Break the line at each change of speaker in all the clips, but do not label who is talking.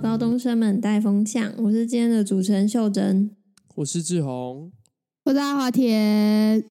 高中生们带风向，我是今天的主持人秀珍。
我是志宏，
我是阿华田，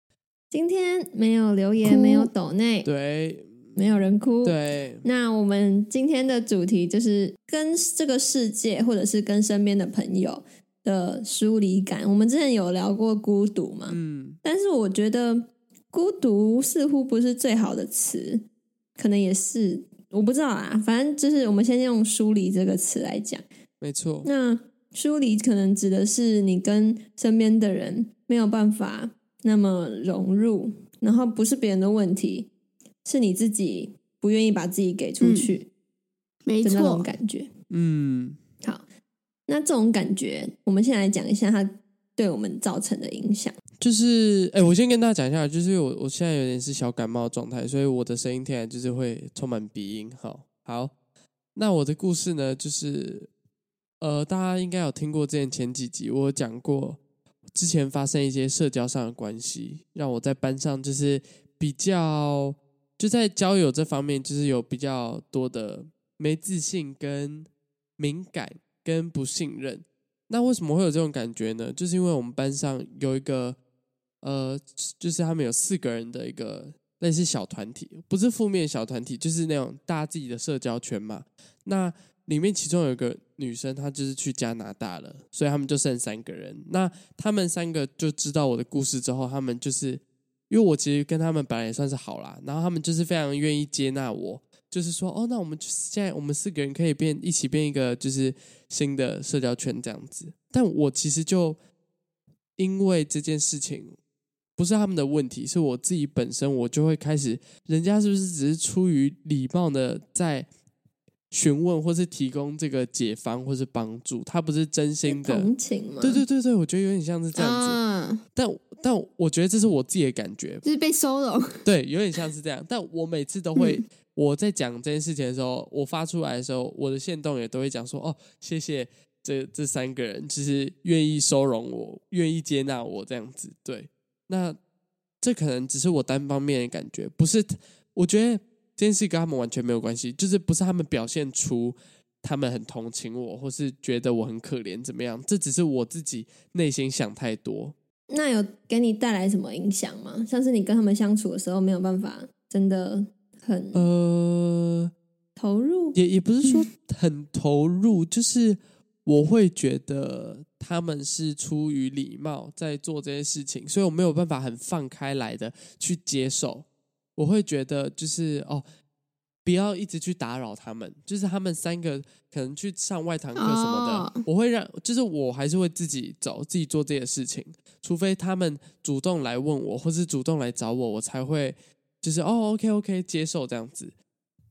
今天没有留言，
哭
没有抖内，
对
没有人哭。，
对，
那我们今天的主题就是跟这个世界，或者是跟身边的朋友的疏离感。我们之前有聊过孤独嘛，
嗯，
但是我觉得孤独似乎不是最好的词，可能也是我不知道啊。反正就是我们先用疏离这个词来讲。
没错，
那疏离可能指的是你跟身边的人没有办法那么融入，然后不是别人的问题，是你自己不愿意把自己给出去
嗯没
的那
错
种，感觉。
嗯，
好，那这种感觉，我们先来讲一下它对我们造成的影响。
就是，哎、我先跟大家讲一下，就是我我现在有点是小感冒的状态，所以我的声音听起来就是会充满鼻音。好，好，那我的故事呢，就是，呃，大家应该有听过之前前几集我有讲过，之前发生一些社交上的关系，让我在班上就是比较就在交友这方面就是有比较多的没自信、跟敏感、跟不信任。那为什么会有这种感觉呢？就是因为我们班上有一个呃，就是他们有四个人的一个类似小团体，不是负面小团体，就是那种大家自己的社交圈嘛。那里面其中有一个女生，她就是去加拿大了，所以他们就剩三个人。那他们三个就知道我的故事之后，他们就是因为我其实跟他们本来也算是好啦，然后他们就是非常愿意接纳我，就是说哦，那我们就是现在我们四个人可以变一起变一个就是新的社交圈这样子。但我其实就因为这件事情，不是他们的问题，是我自己本身，我就会开始，人家是不是只是出于礼貌的在询问或是提供这个解方或是帮助，他不是真心的。
同情嘛，
对对对对，我觉得有点像是这样子。
啊，
但但我觉得这是我自己的感觉，
就是被收容，
嗯
对，有点像是这样。但我每次都会，我在讲这件事情的时候，我发出来的时候，我的线动也都会讲说，哦，谢谢这这三个人，就是愿意收容我，愿意接纳我这样子。对，那这可能只是我单方面的感觉，不是，我觉得这件事跟他们完全没有关系，就是不是他们表现出。他们很同情我，或是觉得我很可怜，怎么样？这只是我自己内心想太多。
那有给你带来什么影响吗？像是你跟他们相处的时候没有办法，真的很
呃，
投入。
也也不是说很投入，就是我会觉得他们是出于礼貌在做这些事情，所以我没有办法很放开来的去接受。我会觉得就是哦，不要一直去打扰他们，就是他们三个可能去上外堂课什么的，
哦
我会让，就是我还是会自己走，自己做这些事情，除非他们主动来问我，或是主动来找我，我才会就是哦，OK OK，接受这样子。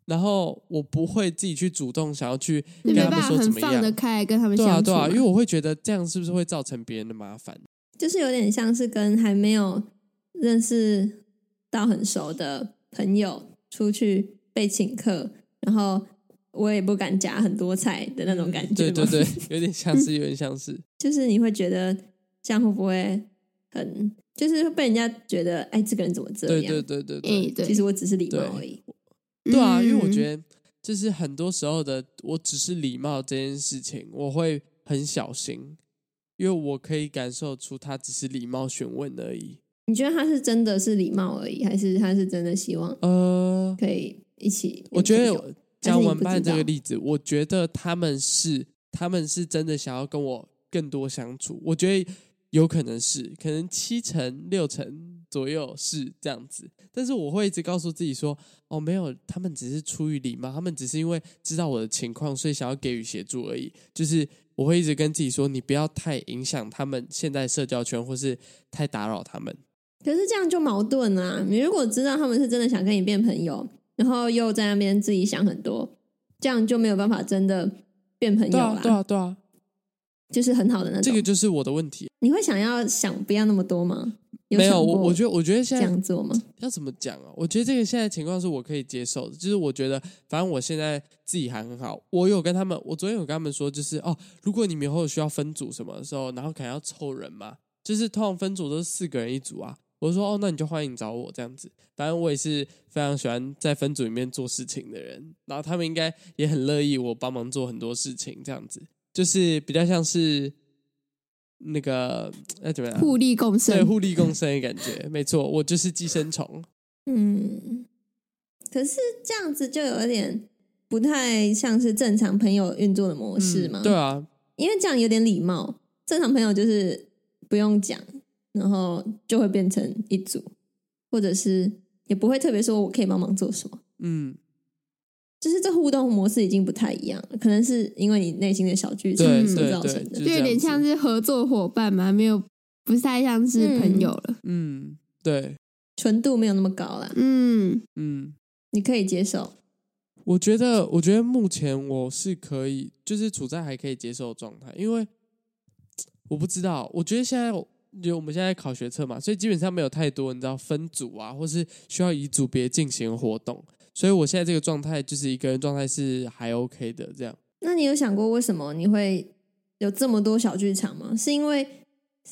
然后我不会自己去主动想要去
你
跟他
没
们
办法
啊说怎
很
么
放
样
得，开跟他们
对啊
相处
对
嘛，
啊，因为我会觉得这样是不是会造成别人的麻 烦？
就是有点像是跟还没有认识到很熟的朋友出去被请客，然后我也不敢夹很多菜的那种感觉。
嗯对对，对，有点像是，有点像是，
就是你会觉得这样会不会很，就是会被人家觉得哎，这个人怎么这
对
样？
对对对对。
哎，对，
其实我只是礼貌
对
而已。
对啊，因为我
嗯
觉得就是很多时候的，我只是礼貌这件事情，我会很小心，因为我可以感受出他只是礼貌询问而已。
你觉得他是真的是礼貌而已，还是他是真的希望
呃，
可以一起？
我觉
有朋友
得讲
还
完
是
班
你不知
这
道
个例子，我觉得他们是他们是真的想要跟我更多相处，我觉得有可能是可能七成六成左右是这样子，但是我会一直告诉自己说，哦，没有，他们只是出于礼貌，他们只是因为知道我的情况，所以想要给予协助而已。就是我会一直跟自己说，你不要太影响他们现在社交圈，或是太打扰他们。
可是这样就矛盾啊！你如果知道他们是真的想跟你变朋友，然后又在那边自己想很多，这样就没有办法真的变朋友
对
啦。
啊，对啊，对啊，
就是很好的那种。
这个就是我的问题。
你会想要想不要那么多吗？
没有，
想
我
过
我觉得，我觉得现
这
在
样做吗？
要怎么讲啊？我觉得这个现在情况是我可以接受的，就是我觉得反正我现在自己还很好。我有跟他们，我昨天有跟他们说，就是哦，如果你们以后需要分组什么的时候，然后可能要凑人嘛，就是通常分组都是四个人一组啊。我就说哦，那你就欢迎找我这样子。反正我也是非常喜欢在分组里面做事情的人，然后他们应该也很乐意我帮忙做很多事情，这样子就是比较像是那个那怎么样？啊
互利共
对，
生。
互利共生的感觉，没错，我就是寄生虫。
嗯，可是这样子就有点不太像是正常朋友运作的模式嘛。
嗯对啊，
因为这样有点礼貌。正常朋友就是不用讲，然后就会变成一组，或者是也不会特别说我可以帮忙做什么。
嗯，
就是这互动模式已经不太一样了，可能是因为你内心的小剧场
对
所
对
造成
对，
的
就。
就有点
这样
像
子
是合作伙伴嘛，没有不太像是朋友了。
嗯，对，
纯度没有那么高啦，
嗯，
嗯，
你可以接受。
我觉得，我觉得目前我是可以，就是处在还可以接受的状态，因为我不知道，我觉得现在我就我们现在考学测嘛，所以基本上没有太多你知道分组啊，或是需要以组别进行活动，所以我现在这个状态就是一个人状态是还 OK 的，这样
那你有想过为什么你会有这么多小剧场吗？是因为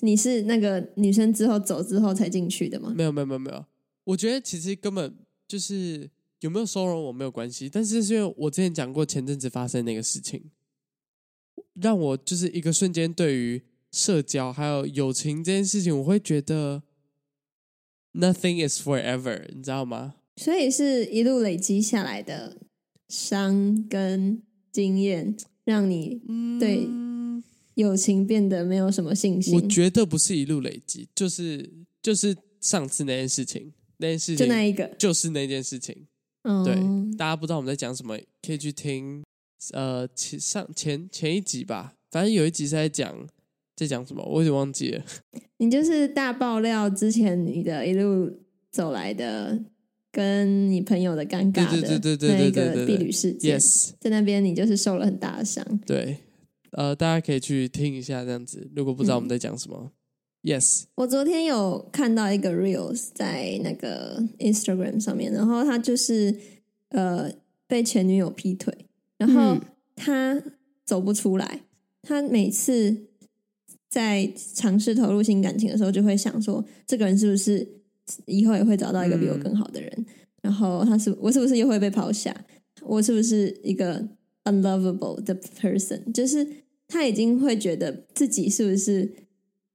你是那个女生之后走之后才进去的吗？
没有没有没有没有，我觉得其实根本就是有没有收容我没有关系，但是是因为我之前讲过前阵子发生那个事情，让我就是一个瞬间对于社交还有友情这件事情，我会觉得 nothing is forever，你知道吗？
所以是一路累积下来的伤跟经验，让你
嗯
对友情变得没有什么信心
我。觉得不是一路累积，就是就是上次那件事情，那件事
就那
情
一个，
就是那件事情。
嗯，
对，大家不知道我们在讲什么，可以去听呃前上前前一集吧，反正有一集是在讲在讲什么，我有点忘记了。
你就是大爆料之前你的一路走来的，跟你朋友的尴尬的
对对对对
那一
对对
个
对对
避旅事件
yes，
在那边你就是受了很大的伤。
对，呃，大家可以去听一下这样子，如果不知道我们在讲什么、y e s
我昨天有看到一个 reels 在那个 Instagram 上面，然后他就是呃被前女友劈腿，然后
嗯
他走不出来，他每次在尝试投入新感情的时候，就会想说，这个人是不是以后也会找到一个比我更好的人？然后他是我是不是又会被抛下？我是不是一个 unlovable 的 person？就是他已经会觉得自己是不是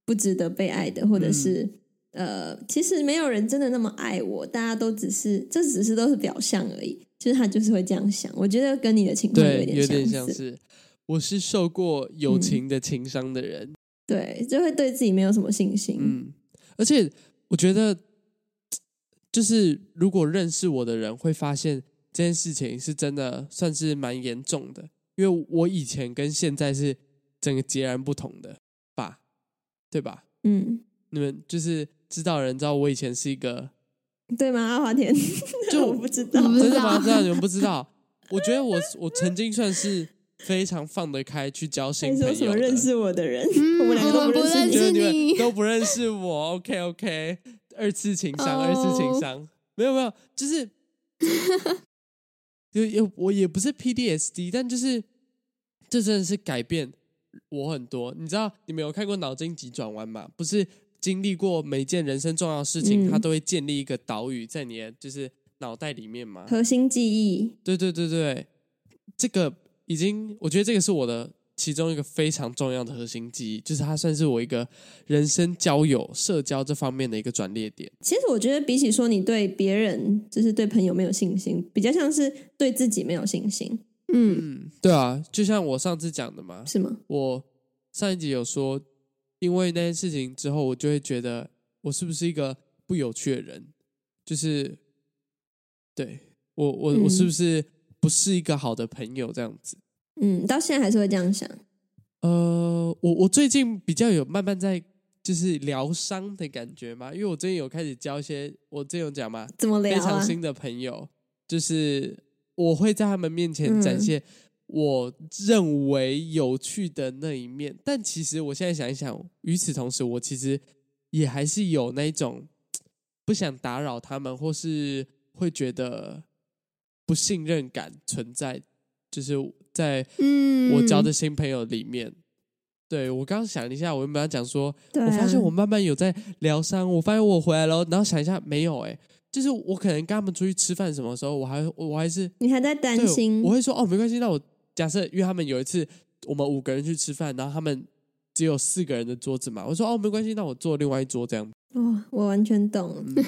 不值得被爱的，或者是、
嗯
呃，其实没有人真的那么爱我，大家都只是这只是都是表象而已。就是他就是会这样想，我觉得跟你的情况
对，嗯有点
点
像
似，
是我是受过友情的情伤的人，
对，就会对自己没有什么信心。
嗯，而且我觉得，就是如果认识我的人会发现这件事情是真的算是蛮严重的，因为我以前跟现在是整个截然不同的吧，对吧？
嗯
你们就是知道的人知道我以前是一个，
对吗？阿华田，
就
我不知道
我，不知
真的
道
吗？知道你们不知道？ 我觉得我我曾经算是非常放得开去交
还
新朋
说
友
什么
的
认识我的 人，
嗯
我们两个都
我们不
认
认
识
识
就是
你。
你们
你
都不认识我。OK OK，二次情商，
哦
二次情商，没有没有，就是 就也我也不是 PDSD，但就是这真的是改变我很多。你知道你们有看过《脑筋急转弯》吗？不是经历过每件人生重要的事情，
嗯
它都会建立一个岛屿在你的就是脑袋里面吗？
核心记忆，
对对对对，这个已经，我觉得这个是我的其中一个非常重要的核心记忆，就是它算是我一个人生交友、社交这方面的一个转捩点。
其实我觉得比起说你对别人，就是对朋友没有信心，比较像是对自己没有信心，
嗯，
嗯，对啊，就像我上次讲的嘛，
是吗？
我上一集有说，因为那件事情之后，我就会觉得我是不是一个不有趣的人，就是对我我、我是
嗯
不是不是一个好的朋友这样子。
嗯，到现在还是会这样想。
呃，我我最近比较有慢慢在就是疗伤的感觉嘛，因为我最近有开始交一些，我之前有讲嘛，
怎么
非
聊
常
啊？
新的朋友，就是我会在他们面前展
嗯
现我认为有趣的那一面，但其实我现在想一想，与此同时，我其实也还是有那一种不想打扰他们，或是会觉得不信任感存在，就是在
嗯，
我交的新朋友里面。对我刚想了一下，我原本要讲说，
对啊、
我发现我慢慢有在疗伤，我发现我回来了，然后想一下，没有哎、就是我可能跟他们出去吃饭什么时候，我还我还是
你还在担
对
心
我，会说哦，没关系。那我假设约他们有一次，我们五个人去吃饭，然后他们只有四个人的桌子嘛，我说哦，没关系，那我坐另外一 桌这样。
哦，我完全懂，
嗯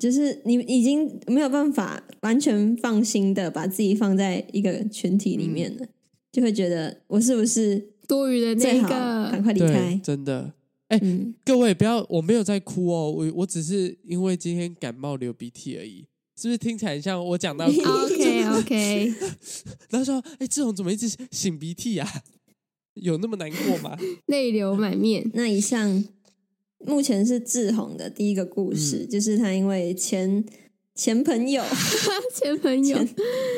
就是你已经没有办法完全放心的把自己放在一个群体里面了，
嗯
就会觉得我是不是
多余的那
最
一
好赶
个，
快离
对，哎
开？
真的，
嗯，
各位不要，我没有在哭哦，我我只是因为今天感冒流鼻涕而已。是不是听起来很像 我讲到哭？
OK OK，
然后说，哎、志宏怎么一直擤鼻涕呀、啊 有那么难过 吗？
泪流满 面。
那以上目前是志宏的第一个故事，
嗯
就是他因为前前朋友、
前朋友
前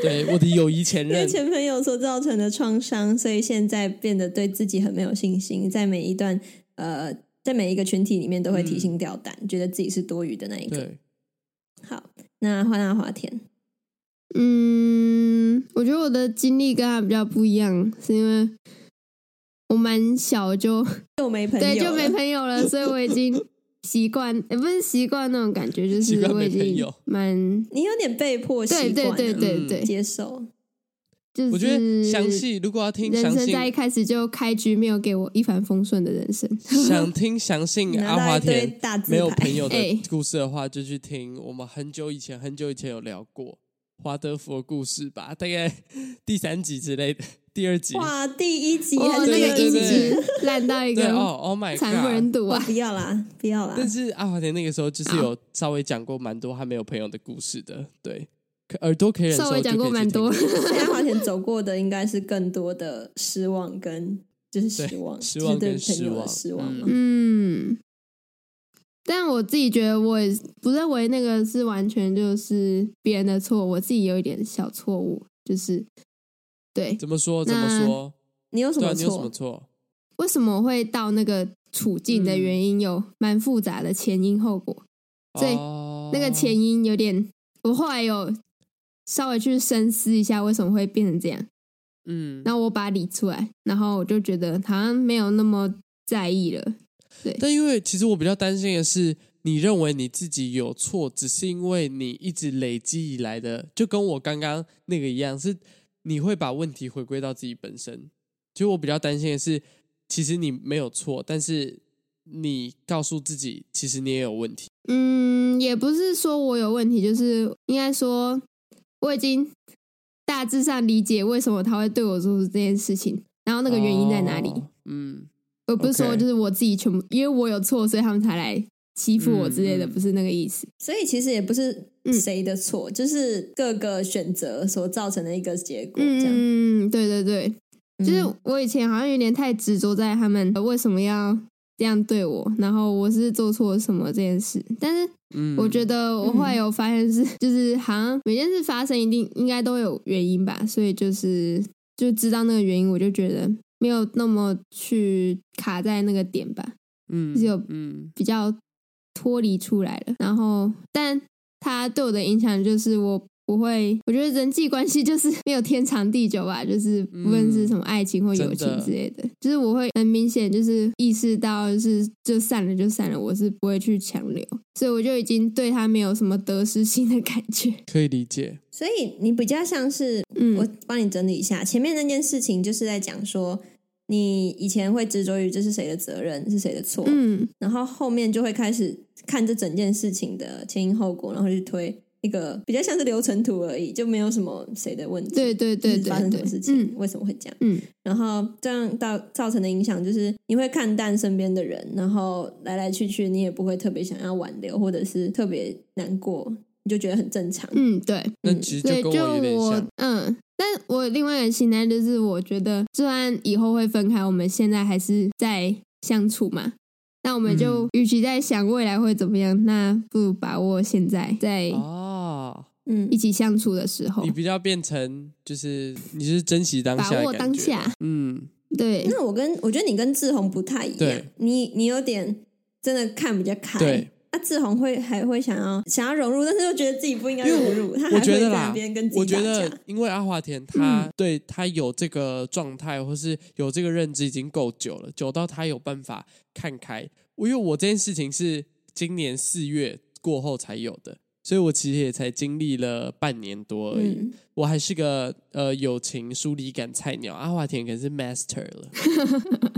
对，我的友谊前
因为
任，
前朋友所造成的创伤，所以现在变得对自己很没有信心，在每一段呃，在每一个群体里面都会提心吊胆，觉得自己是多余的那一个。
嗯对，
好，那换到华田，
嗯，我觉得我的经历跟他比较不一样，是因为我蛮小就
又没朋友了，
对就 没朋友了，所以我已经习惯，也、不是习惯那种感觉，就
习
是
惯
我
没
已
朋
经
友
蛮
你有点被迫习
对
惯
对
了
对对对，
接受。
就是
嗯我觉得详细，如果要听
嗯人
详
生
细，
在一开始就开局没有给我一帆风顺的人生，
想听详细
拿
阿
到
嗯啊华
一堆
田
大字
没有
牌
朋友的
哎
故事的话，就去听我们很久以前、很久以前有聊过华德福的故事吧，大概第三集之类的，第二集。
哇，第一集
哦
还，是
那
第
对
二
个
集
音
对对
质烂到一
对
个
哦，Oh my
惨不
god！
忍睹
哇
啊！
不要啦，不要啦，
但是阿华田那个时候就是有稍微讲过蛮多他没有朋友的故事的，对，可耳朵可以忍受，
稍微讲过蛮多，
所以华田走过的应该是更多的失望跟就是失望，
失望
就是
跟
对朋
失
友的
望，
失望嘛。
嗯
嗯，但我自己觉得，我也不认为那个是完全就是别人的错，我自己有一点小错误，就是对，
怎么说？怎么
那
说？
你有什
对啊，
么
你有什么
错？
错？
为什么会到那个处境
嗯
的原因有蛮复杂的前因后果，所以
哦
那个前因有点，我后来有稍微去深思一下为什么会变成这样，
嗯，
然后我把它理出来，然后我就觉得好像没有那么在意了，
但因为其实我比较担心的是，你认为你自己有错，只是因为你一直累积以来的，就跟我刚刚那个一样，是你会把问题回归到自己本身。其实我比较担心的是，其实你没有错，但是你告诉自己，其实你也有问题。
嗯，也不是说我有问题，就是应该说我已经大致上理解为什么他会对我做出这件事情，然后那个原因在哪里。
哦嗯，
我不是说
OK
就是我自己全部，因为我有错，所以他们才来欺负我之类的，
嗯嗯
不是那个意思。
所以其实也不是
嗯
谁的错，就是各个选择所造成的一个结果。这样，嗯
嗯，对对对，就是我以前好像有点太执着在他们呃为什么要这样对我，然后我是做错了什么这件事，但是
嗯
我觉得我后来有发现
嗯
是，就是好像每件事发生一定应该都有原因吧，所以就是就知道那个原因，我就觉得没有那么去卡在那个点吧，
嗯
就是有
嗯
比较脱离出来了。然后，但他对我的影响就是我不会，我觉得人际关系就是 没有天长地久吧，就是不论
嗯
是什么爱情或友情
真的
之类的，就是我会很明显就是意识到，就是就散了就散了，我是不会去强留，所以我就已经对他没有什么得失心的感觉。
可以理解。
所以你比较像是我
嗯，
帮你整理一下前面那件事情，就是在讲说你以前会执着于这是谁的责任，是谁的错，
嗯，
然后后面就会开始看这整件事情的前因后果，然后去推一个比较像是流程图而已，就没有什么谁的问题。
对对对
就是发生
对
什
对
么事，情，
嗯
为什么会这样？
嗯，
然后这样到造成的影响就是，你会看淡身边的人，然后来来去去，你也不会特别想要挽留，或者是特别难过，你就觉得很正常。
嗯，对。
那
嗯
其实
对，
跟我有点像，
嗯，但我另外一个心态就是，我觉得虽然以后会分开，我们现在还是在相处嘛。那我们就
嗯
与其在想未来会怎么样，那不如把握现在在
哦，
嗯
一，起相处的时候
你，比较变成就是你是珍惜当下，
把握当下。。
嗯，
对，
那我跟我觉得你跟志宏不太一样
对，
你你有点真的看比较开，
对，
啊，志宏会还会想要想要融入，但是又觉得自己不应该
因为
融入，他还
我
会
觉
在
得
那
啦
边跟，自
我
己
觉
打架
得。因为阿华田他、对他有这个状态或是有这个认知已经够久了，久到他有办法看开。我因为我这件事情是今年四月过后才有的，所以我其实也才经历了半年多而已。
嗯，
我还是个呃友情疏离感菜鸟，阿华田可是 master 了。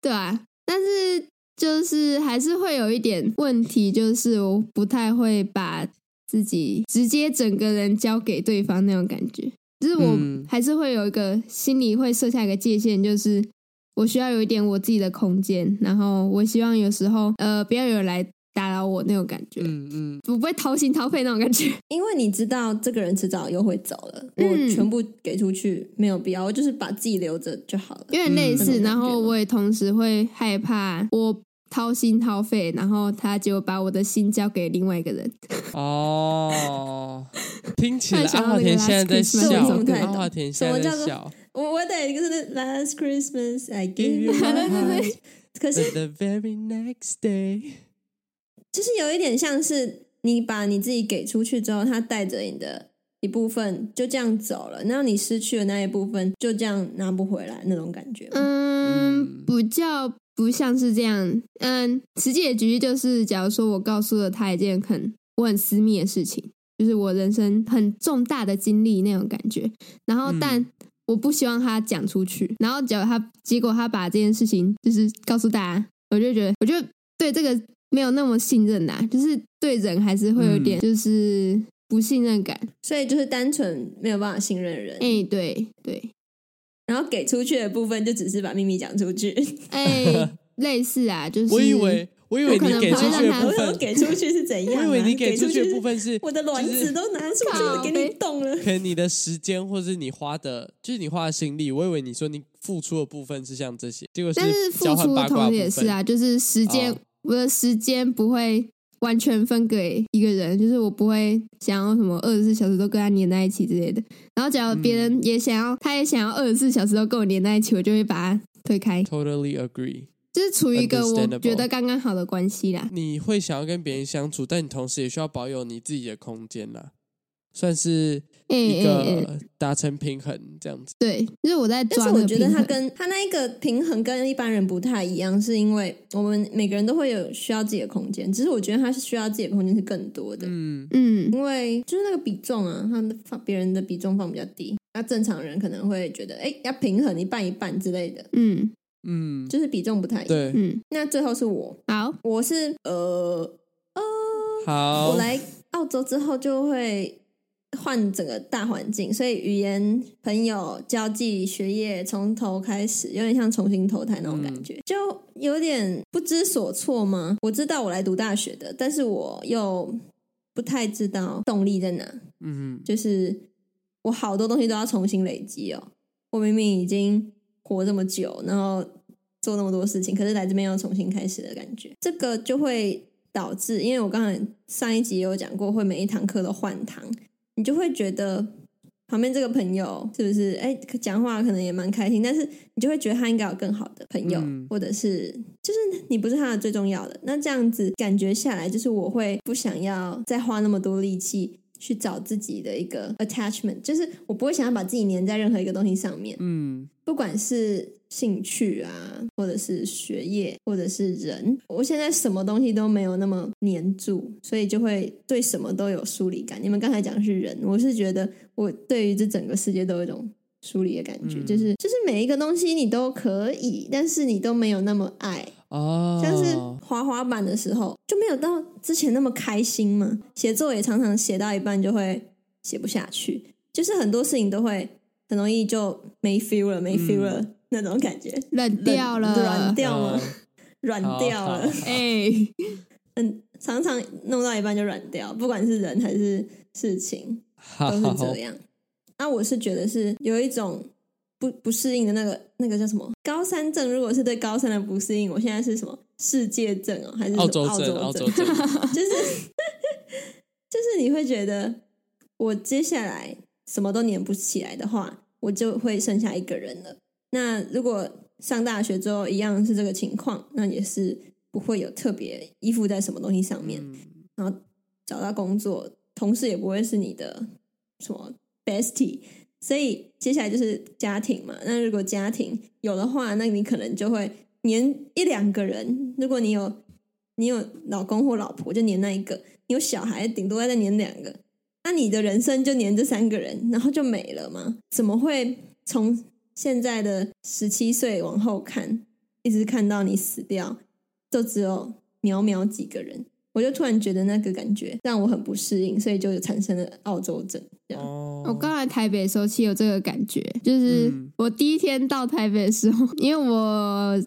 对啊，但是就是还是会有一点问题，就是我不太会把自己直接整个人交给对方那种感觉，就是我
嗯
还是会有一个心里会设下一个界限，就是我需要有一点我自己的空间，然后我希望有时候呃不要有人来打扰我那种感觉，
嗯嗯，
我不会掏心掏肺那种感觉。
因为你知道这个人迟早又会走了，
嗯
我全部给出去没有必要，我就是把自己留着就好了。
有点类似，
嗯
然后我也同时会害怕我掏心掏肺，然后他结果把我的心交给另外一个人。
哦，听起来
突然想
阿
到
华
那个
田现在在笑
Last Christmas
这我听不，太
阿
懂
华田现在
什么
在
叫做
笑。
我我得就是 Last Christmas I
Give
gave you
you my
my heart，可是
But the very next day，
就是有一点像是你把你自己给出去之后，他带着你的一部分就这样走了，然后你失去了那一部分，就这样拿不回来那种感觉。
嗯
嗯，
比较不像是这样。嗯，实际的举例就是，假如说我告诉了他一件很我很私密的事情，就是我人生很重大的经历那种感觉，然后
嗯
但。我不希望他讲出去，然后结果他结果他把这件事情就是告诉大家，我就觉得，我就对这个没有那么信任啦、就是对人还是会有点就是不信任感。
所以就是单纯没有办法信任人，
哎、对对，
然后给出去的部分就只是把秘密讲出 去。
哎、类似啊，就是
我以为我以为
我可
你
能
给
不
出
会
去的
让他
部
我想
分，
给出去是怎样、
我
啊？
以为你给
给
出去
是
的部分是
我的卵子都拿出去了，给你动了。
可能你的时间或是你花的，就是你花的心力。我以为你说你付出的部分是像这些，结果
但是付
交换
出
八
的同
卦的
时
部
也
分
是啊，就是时间，
哦
我的时间不会完全分给一个人，就是我不会想要什么二十四小时都跟他黏在一起之类的。然后，只要别
嗯
人也想要，他也想要二十四小时都跟我黏在一起，我就会把他推开，
Totally agree。
就是处于一个我
Understandable
觉得刚刚好的关系啦。
你会想要跟别人相处，但你同时也需要保有你自己的空间啦，算是一
哎哎哎，
个达成平衡这样子。
对，就是我在
但
抓
是
那个
我觉得
平
他
衡
跟他那一个平衡跟一般人不太一样，是因为我们每个人都会有需要自己的空间，只是我觉得他是需要自己的空间是更多的，
嗯，
嗯，
因为就是那个比重啊，他的放别人的比重放比较低，那正常人可能会觉得哎要平衡一半一半之类的，
嗯
嗯，
就是比重不太一样。
对，
嗯，
那最后是我，
好，
我是呃呃，
好
我，来澳洲之后就会换整个大环境，所以语言、朋友、交际、学业从头开始，有点像重新投胎那种感觉，就有点不知所措嘛。我知道我来读大学的，但是我又不太知道动力在哪，
嗯，
就是我好多东西都要重新累积哦。我明明已经活这么久，然后做那么多事情，可是来这边又重新开始的感觉，这个就会导致，因为我刚才上一集也有讲过，会每一堂课都换堂，你就会觉得旁边这个朋友是不是哎讲话可能也蛮开心，但是你就会觉得他应该有更好的朋友，
嗯
或者是就是你不是他的最重要的。那这样子感觉下来，就是我会不想要再花那么多力气。去找自己的一个 attachment，就是我不会想要把自己粘在任何一个东西上面，
嗯，
不管是兴趣啊，或者是学业，或者是人，我现在什么东西都没有那么黏住，所以就会对什么都有疏离感。你们刚才讲的是人，我是觉得我对于这整个世界都有一种疏离的感觉，
嗯
就是就是每一个东西你都可以，但是你都没有那么爱。
哦，
像是滑滑板的时候就没有到之前那么开心嘛，写作也常常写到一半就会写不下去，就是很多事情都会很容易就没 feel 了，没
嗯
feel 了、那种感觉，
冷掉
冷软
了，
掉了，
嗯
软掉了，
好好
哎，
嗯，常常弄到一半就软掉，不管是人还是事情
好
都是
好好
这样。那、我是觉得是有一种。不不适应的那个那个叫什么高山症？如果是对高山的不适应，我现在是什么世界症哦，还是什么
澳洲镇，澳洲镇，
就是就是你会觉得，我接下来什么都粘不起来的话，我就会剩下一个人了。那如果上大学之后一样是这个情况，那也是不会有特别依附在什么东西上面，
嗯
然后找到工作，同事也不会是你的什么 bestie。所以接下来就是家庭嘛。那如果家庭有的话，那你可能就会黏一两个人。如果你有你有老公或老婆，就黏那一个；你有小孩，顶多再黏两个。那你的人生就黏这三个人，然后就没了吗？怎么会从现在的十七岁往后看，一直看到你死掉，就只有寥寥几个人？我就突然觉得那个感觉让我很不适应，所以就产生了澳洲症。这样，
哦，
我刚来台北的时候，其实有这个感觉，就是
嗯
我第一天到台北的时候， 因为我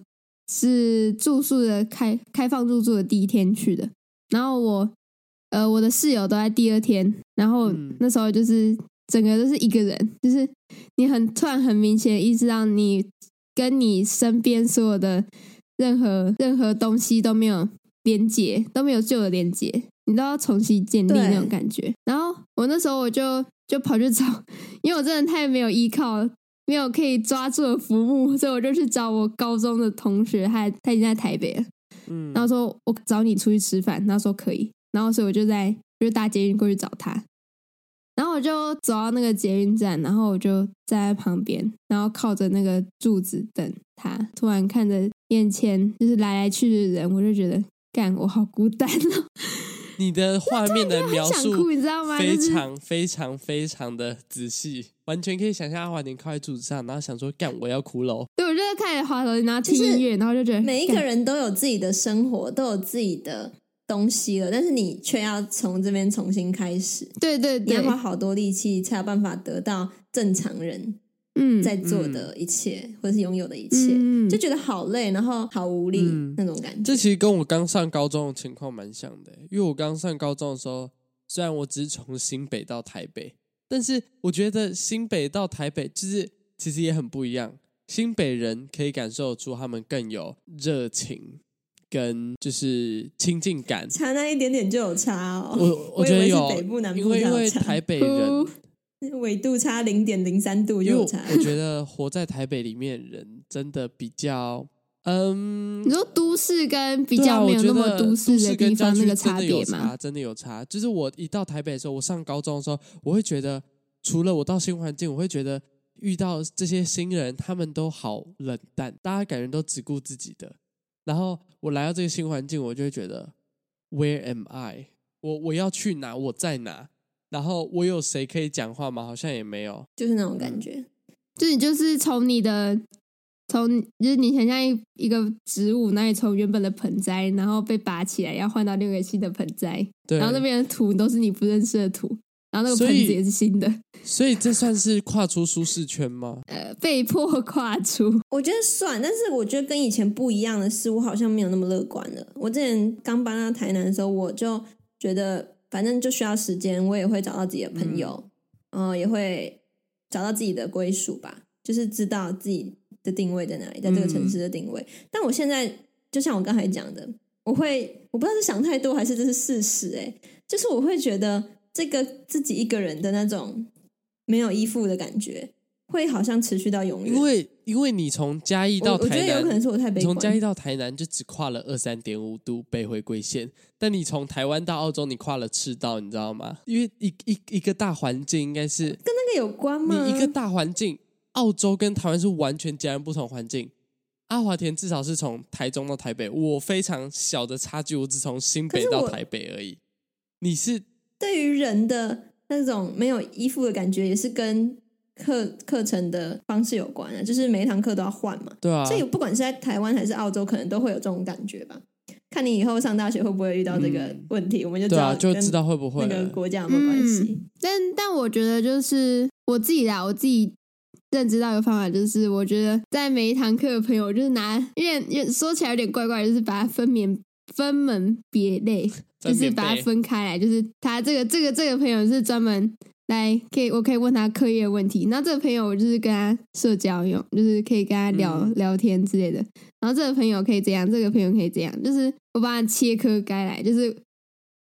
是住宿的开开放入住的第一天去的，然后我呃我的室友都在第二天，然后
嗯
那时候就是整个都是一个人，就是你很突然很明显地意识到你跟你身边所有的任何任何东西都没有连接，都没有旧的连接，你都要重新建立
对
那种感觉。然后我那时候我就就跑去找，因为我真的太没有依靠了，没有可以抓住的浮木，所以我就去找我高中的同学，他他已经在台北了。
嗯
然后说我找你出去吃饭，他说可以，然后所以我就在我就搭捷运过去找他，然后我就走到那个捷运站，然后我就站在旁边，然后靠着那个柱子等他。突然看着眼前就是来来去去的人，我就觉得干我好孤 单哦，
你的画面的描
很想
述
哭，你知道吗？
非
就是
常非常非常的仔细，完全可以想象阿华田靠在柱子上，然后想说干我要哭喽。
对，我就在开始滑手机，然后听
就是
音乐，然后就觉得
每一个
干
人都有自己的生活，都有自己的东西了，但是你却要从这边重新开始，
对对
你要
对，
花好多力气才有办法得到正常人
嗯，
在做的一切，或者是拥有的一切，
嗯嗯
就觉得好累，然后好无力、
嗯
那种感觉。
这其实跟我刚上高中的情况蛮像的，因为我刚上高中的时候，虽然我只是从新北到台北，但是我觉得新北到台北就是其实也很不一样。新北人可以感受出他们更有热情，跟就是亲近感。
差那一点点就有差哦，
我
我以
觉得
为是
有，
北部南部
因为
这
因
样
为
差
台北人
哭
纬度差零点零三度
因
就
为
有
我
差。
我觉得活在台北里面的人真的比较，嗯
你，说都市跟比
对啊
较没有
我觉
那么
得
都市的
跟
地方
郊
那
区
个
真
差
的有
别嘛？
差真的有差。就是我一到台北的时候，我上高中的时候，我会觉得，除了我到新环境，我会觉得遇到这些新人，他们都好冷淡，大家感觉都只顾自己的。然后我来到这个新环境，我就会觉得，Where am I？我我要去哪？我在哪？然后我有谁可以讲话吗？好像也没有。
就是那种感觉，
就是你就是从你的从就是你想象一一个植物，那你从原本的盆栽，然后被拔起来，要换到另一个新的盆栽，
对，
然后那边的土都是你不认识的土，然后那个
所
盆子
以
也是新的，
所以这算是跨出舒适圈吗？
呃，被迫跨出。
我觉得算，但是我觉得跟以前不一样的是，我好像没有那么乐观了。我之前刚搬到台南的时候，我就觉得反正就需要时间，我也会找到自己的朋友，嗯、也会找到自己的归属吧，就是知道自己的定位在哪里，在这个城市的定位。但我现在就像我刚才讲的，我会我不知道是想太多还是这是事实、欸，就是我会觉得这个自己一个人的那种没有依附的感觉，会好像持续到永远。
因为因为你从嘉义
我
到
我觉
台
得有可能
南，
是我太悲
你
观。
从嘉义到台南就只跨了二三点五度北回归线，但你从台湾到澳洲，你跨了赤道，你知道吗？因为一一一个大环境应该是
跟那个有关 吗？
你一个大环境，澳洲跟台湾是完全截然不同环境。阿华田至少是从台中到台北，我非常小的差距，我只从新北
可是
到
我
台北而已。你是
对于人的那种没有依附的感觉，也是跟课课程的方式有关啊，就是每一堂课都要换嘛。
对啊，
所以不管是在台湾还是澳洲，可能都会有这种感觉吧。看你以后上大学会不会遇到这个
嗯
问题，我们就知
对
道、
啊，就知道会不会
那个
了
国家有没有关系。
但但我觉得就是我自己啦，我自己认知到一个方法，就是我觉得在每一堂课的朋友，我就是拿，因为因为说起来有点怪怪，就是把它分门分门别类，就
分
是
别
把它
被
分开来，就是他这个这个这个朋友是专门。来，可以，我可以问他课业问题。那这个朋友，我就是跟他社交用，就是可以跟他聊、
嗯
聊天之类的。然后这个朋友可以这样，这个朋友可以这样，就是我把它切割开来，就是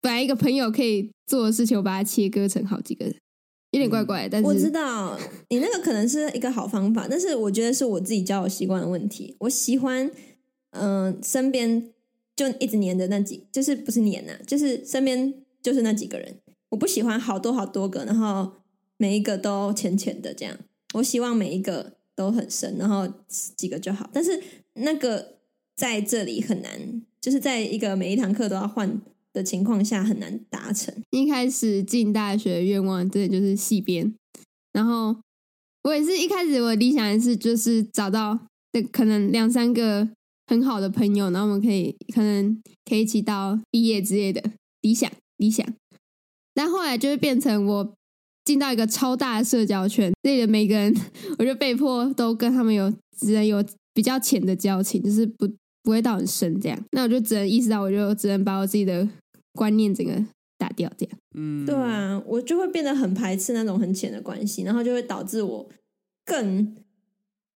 本来一个朋友可以做的事情，我把它切割成好几个人，有点怪怪，但是
嗯我知道你那个可能是一个好方法，但呃是我觉得是我自己交友习惯的问题。我喜欢，嗯、身边就一直黏着那几，就是不是黏呐、啊就是身边就是那几个人。我不喜欢好多好多个，然后每一个都浅浅的这样。我希望每一个都很深，然后几个就好。但是那个在这里很难，就是在一个每一堂课都要换的情况下很难达成。
一开始进大学的愿望真的就是系编，然后我也是一开始我的理想也是就是找到那可能两三个很好的朋友，然后我们可以可能可以一起到毕业之类的理想理想，但后来就会变成我进到一个超大的社交圈，这里的每个人我就被迫都跟他们有只能有比较浅的交情，就是不不会到很深这样，那我就只能意识到，我就只能把我自己的观念整个。打掉这样。
嗯，
对，啊，我就会变得很排斥那种很浅的关系，然后就会导致我更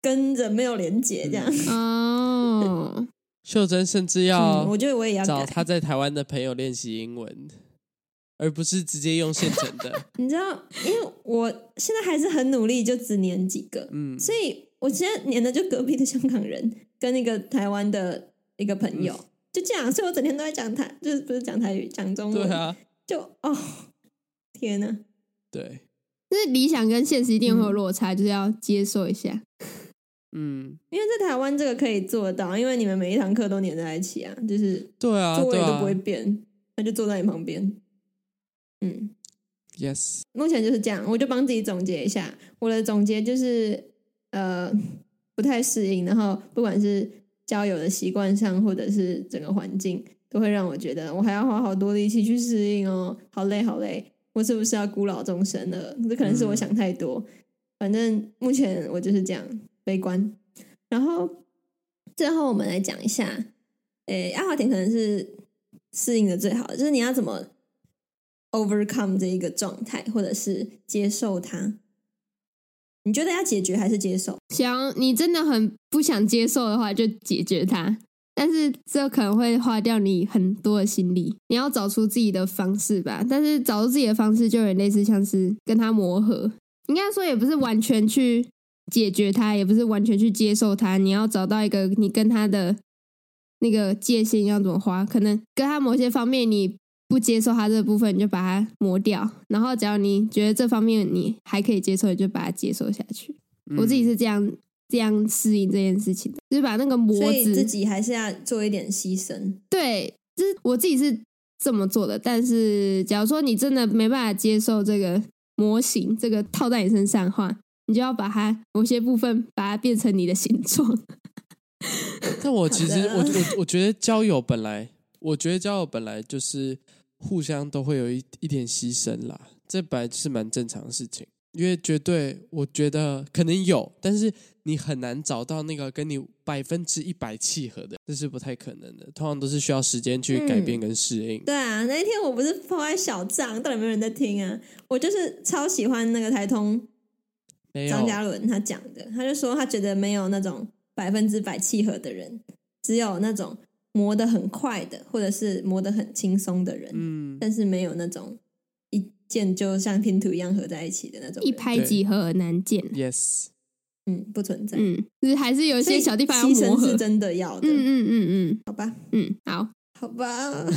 跟人没有连结这样。
哦，
秀珍甚至要
嗯，我觉得我也要
找
改。
她在台湾的朋友练习英文，而不是直接用现成 的。
你知道，因为我现在还是很努力，就只粘几个，
嗯，
所以我现在粘的就隔壁的香港人跟那个台湾的一个朋
嗯
友，就这样，所以我整天都在讲台，就是不是讲台语，讲中
对
文，
啊，
就哦，天哪、
对，
就是理想跟现实一定会有落差，就是要接受一下。
嗯，
因为在台湾这个可以做得到，因为你们每一堂课都粘在一起啊，就是
对啊，
座位
对
都
啊
不会变，他就坐在你旁边，嗯。
，yes，
目前就是这样，我就帮自己总结一下。我的总结就是，呃，不太适应，然后不管是交友的习惯上，或者是整个环境，都会让我觉得我还要花好多力气去适应哦，好累好累，我是不是要孤老终生了？这可能是我想太多。反正目前我就是这样悲观。然后最后我们来讲一下，诶，阿华田可能是适应的最好的，就是你要怎么 overcome 这一个状态，或者是接受它。你觉得要解决还是接受？
想你真的很不想接受的话，就解决它。但是这可能会花掉你很多的心力，你要找出自己的方式吧。但是找出自己的方式，就有点类似像是跟它磨合。应该说也不是完全去解决它，也不是完全去接受它。你要找到一个你跟它的那个界限要怎么划，可能跟它某些方面你不接受它这部分，你就把它磨掉。然后只要你觉得这方面你还可以接受，你就把它接受下去。我自己
嗯
是这样这样适应这件事情的，就是把那个
所
模
以自
子，
己还是要做一点牺牲。
对，就是我自己是这么做的。但是，假如说你真的没办法接受这个模型，这个套在你身上的话，你就要把它某些部分把它变成你的形状。
嗯但我其实
好
我
的
我我觉得交友本来，我觉得交友本来就是互相都会有一一点牺牲啦，这本来就是蛮正常的事情。因为绝对，我觉得可能有，但是你很难找到那个跟你百分之一百契合的，这是不太可能的。通常都是需要时间去改变跟适应。
对啊，那一天我不是抛开小账，到底有没有人在听啊？我就是超喜欢那个台通
没有
张，嘉伦他讲的，他就说他觉得没有那种百分之百契合的人，只有那种磨得很快的，或者是磨得很轻松的人，
嗯，
但是没有那种一见就像拼图一样合在一起的那种人
一拍即合，难见。
Yes，
嗯，不存在。
嗯，就是还是有一
所以
些小地方要
牺牲
磨合。
是
嗯
真的要的，
嗯嗯
好吧，
嗯嗯，好，
好吧，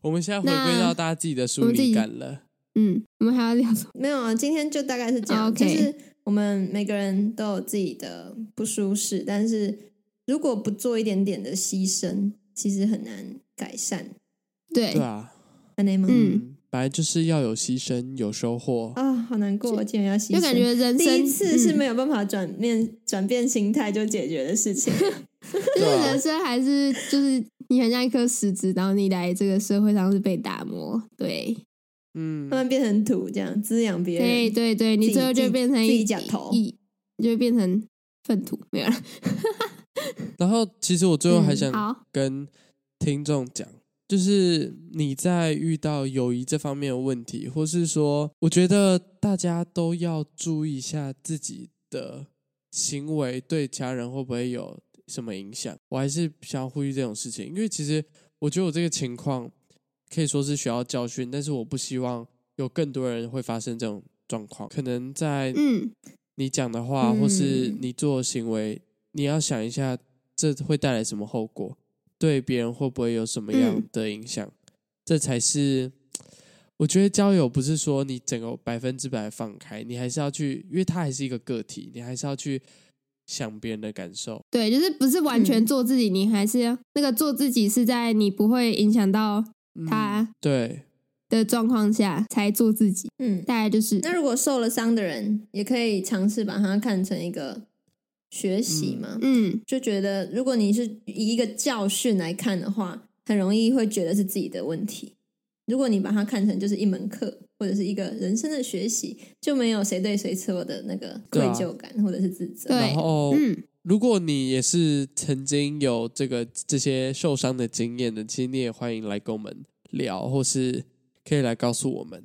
我们现在回归
那
到大家自己的疏
我们自
离
己
感了。
嗯，我们还要聊什么？
没有啊，今天就大概是这样。
哦 OK
就是我们每个人都有自己的不舒适，但是如果不做一点点的牺牲，其实很难改善，
对
对啊，
安内吗？
嗯哦
嗯，本来就是要有牺牲，有收获。
啊、好难过，竟然要牺牲，
就感觉人
第
生
一次是
嗯
没有办法转变、转变心态就解决的事 情。
就是
对啊
人生还是就是你很像一颗石子，然后你来这个社会上是被打磨，对，
嗯
慢慢变成土，这样滋养别
对
人。
对对，你
自己
最后就会变成一
自己自己讲头
一你就会变成粪土，没有了。
然后，其实我最后还想
嗯好
跟听众讲，就是你在遇到友谊这方面的问题，或是说，我觉得大家都要注意一下自己的行为对家人会不会有什么影响。我还是想要呼吁这种事情，因为其实我觉得我这个情况可以说是学到教训，但是我不希望有更多人会发生这种状况。可能在
嗯，
你讲的话，或是
嗯
你做的行为，你要想一下这会带来什么后果。对别人会不会有什么样
嗯
的影响，这才是我觉得交友不是说你整个百分之百放开，你还是要去，因为他还是一个个体，你还是要去想别人的感受。
对，就是不是完全
嗯
做自己，你还是要那个做自己是在你不会影响到
嗯
他
对，
的状况下才做自己，
嗯，
大概就是
那如果受了伤的人，也可以尝试把它看成一个学习嘛，
嗯，
就觉得如果你是以一个教训来看的话，很容易会觉得是自己的问题。如果你把它看成就是一门课或者是一个人生的学习，就没有谁对谁错的那个愧
对啊
疚感或者是自责。
对
然后、
嗯，
如果你也是曾经有这个这些受伤的经验的，其实你也欢迎来跟我们聊，或是可以来告诉我们，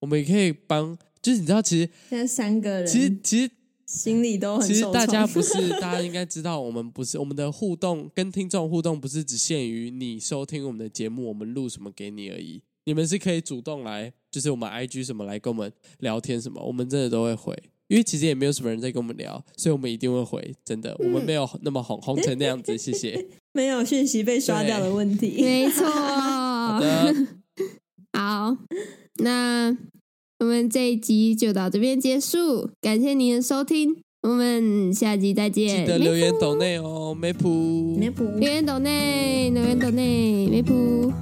我们也可以帮。就是你知道，其实
现在三个人
其实其实
心里都很
其实
受
大家
创
不是大家应该知道，我们不是我们的互动跟听众互动不是只限于你收听我们的节目，我们录什么给你而已。你们是可以主动来，就是我们 IG 什么来跟我们聊天什么，我们真的都会回，因为其实也没有什么人在跟我们聊，所以我们一定会回，真的，我
嗯
们没有那么红红成那样子，谢谢。
没有讯息被刷掉的问题。
没错。
好的，
好，那我们这一集就到这边结束，感谢您的收听，我们下集再见。
记得留言抖内哦，梅普，
没谱
留言抖内，留言抖内，梅普，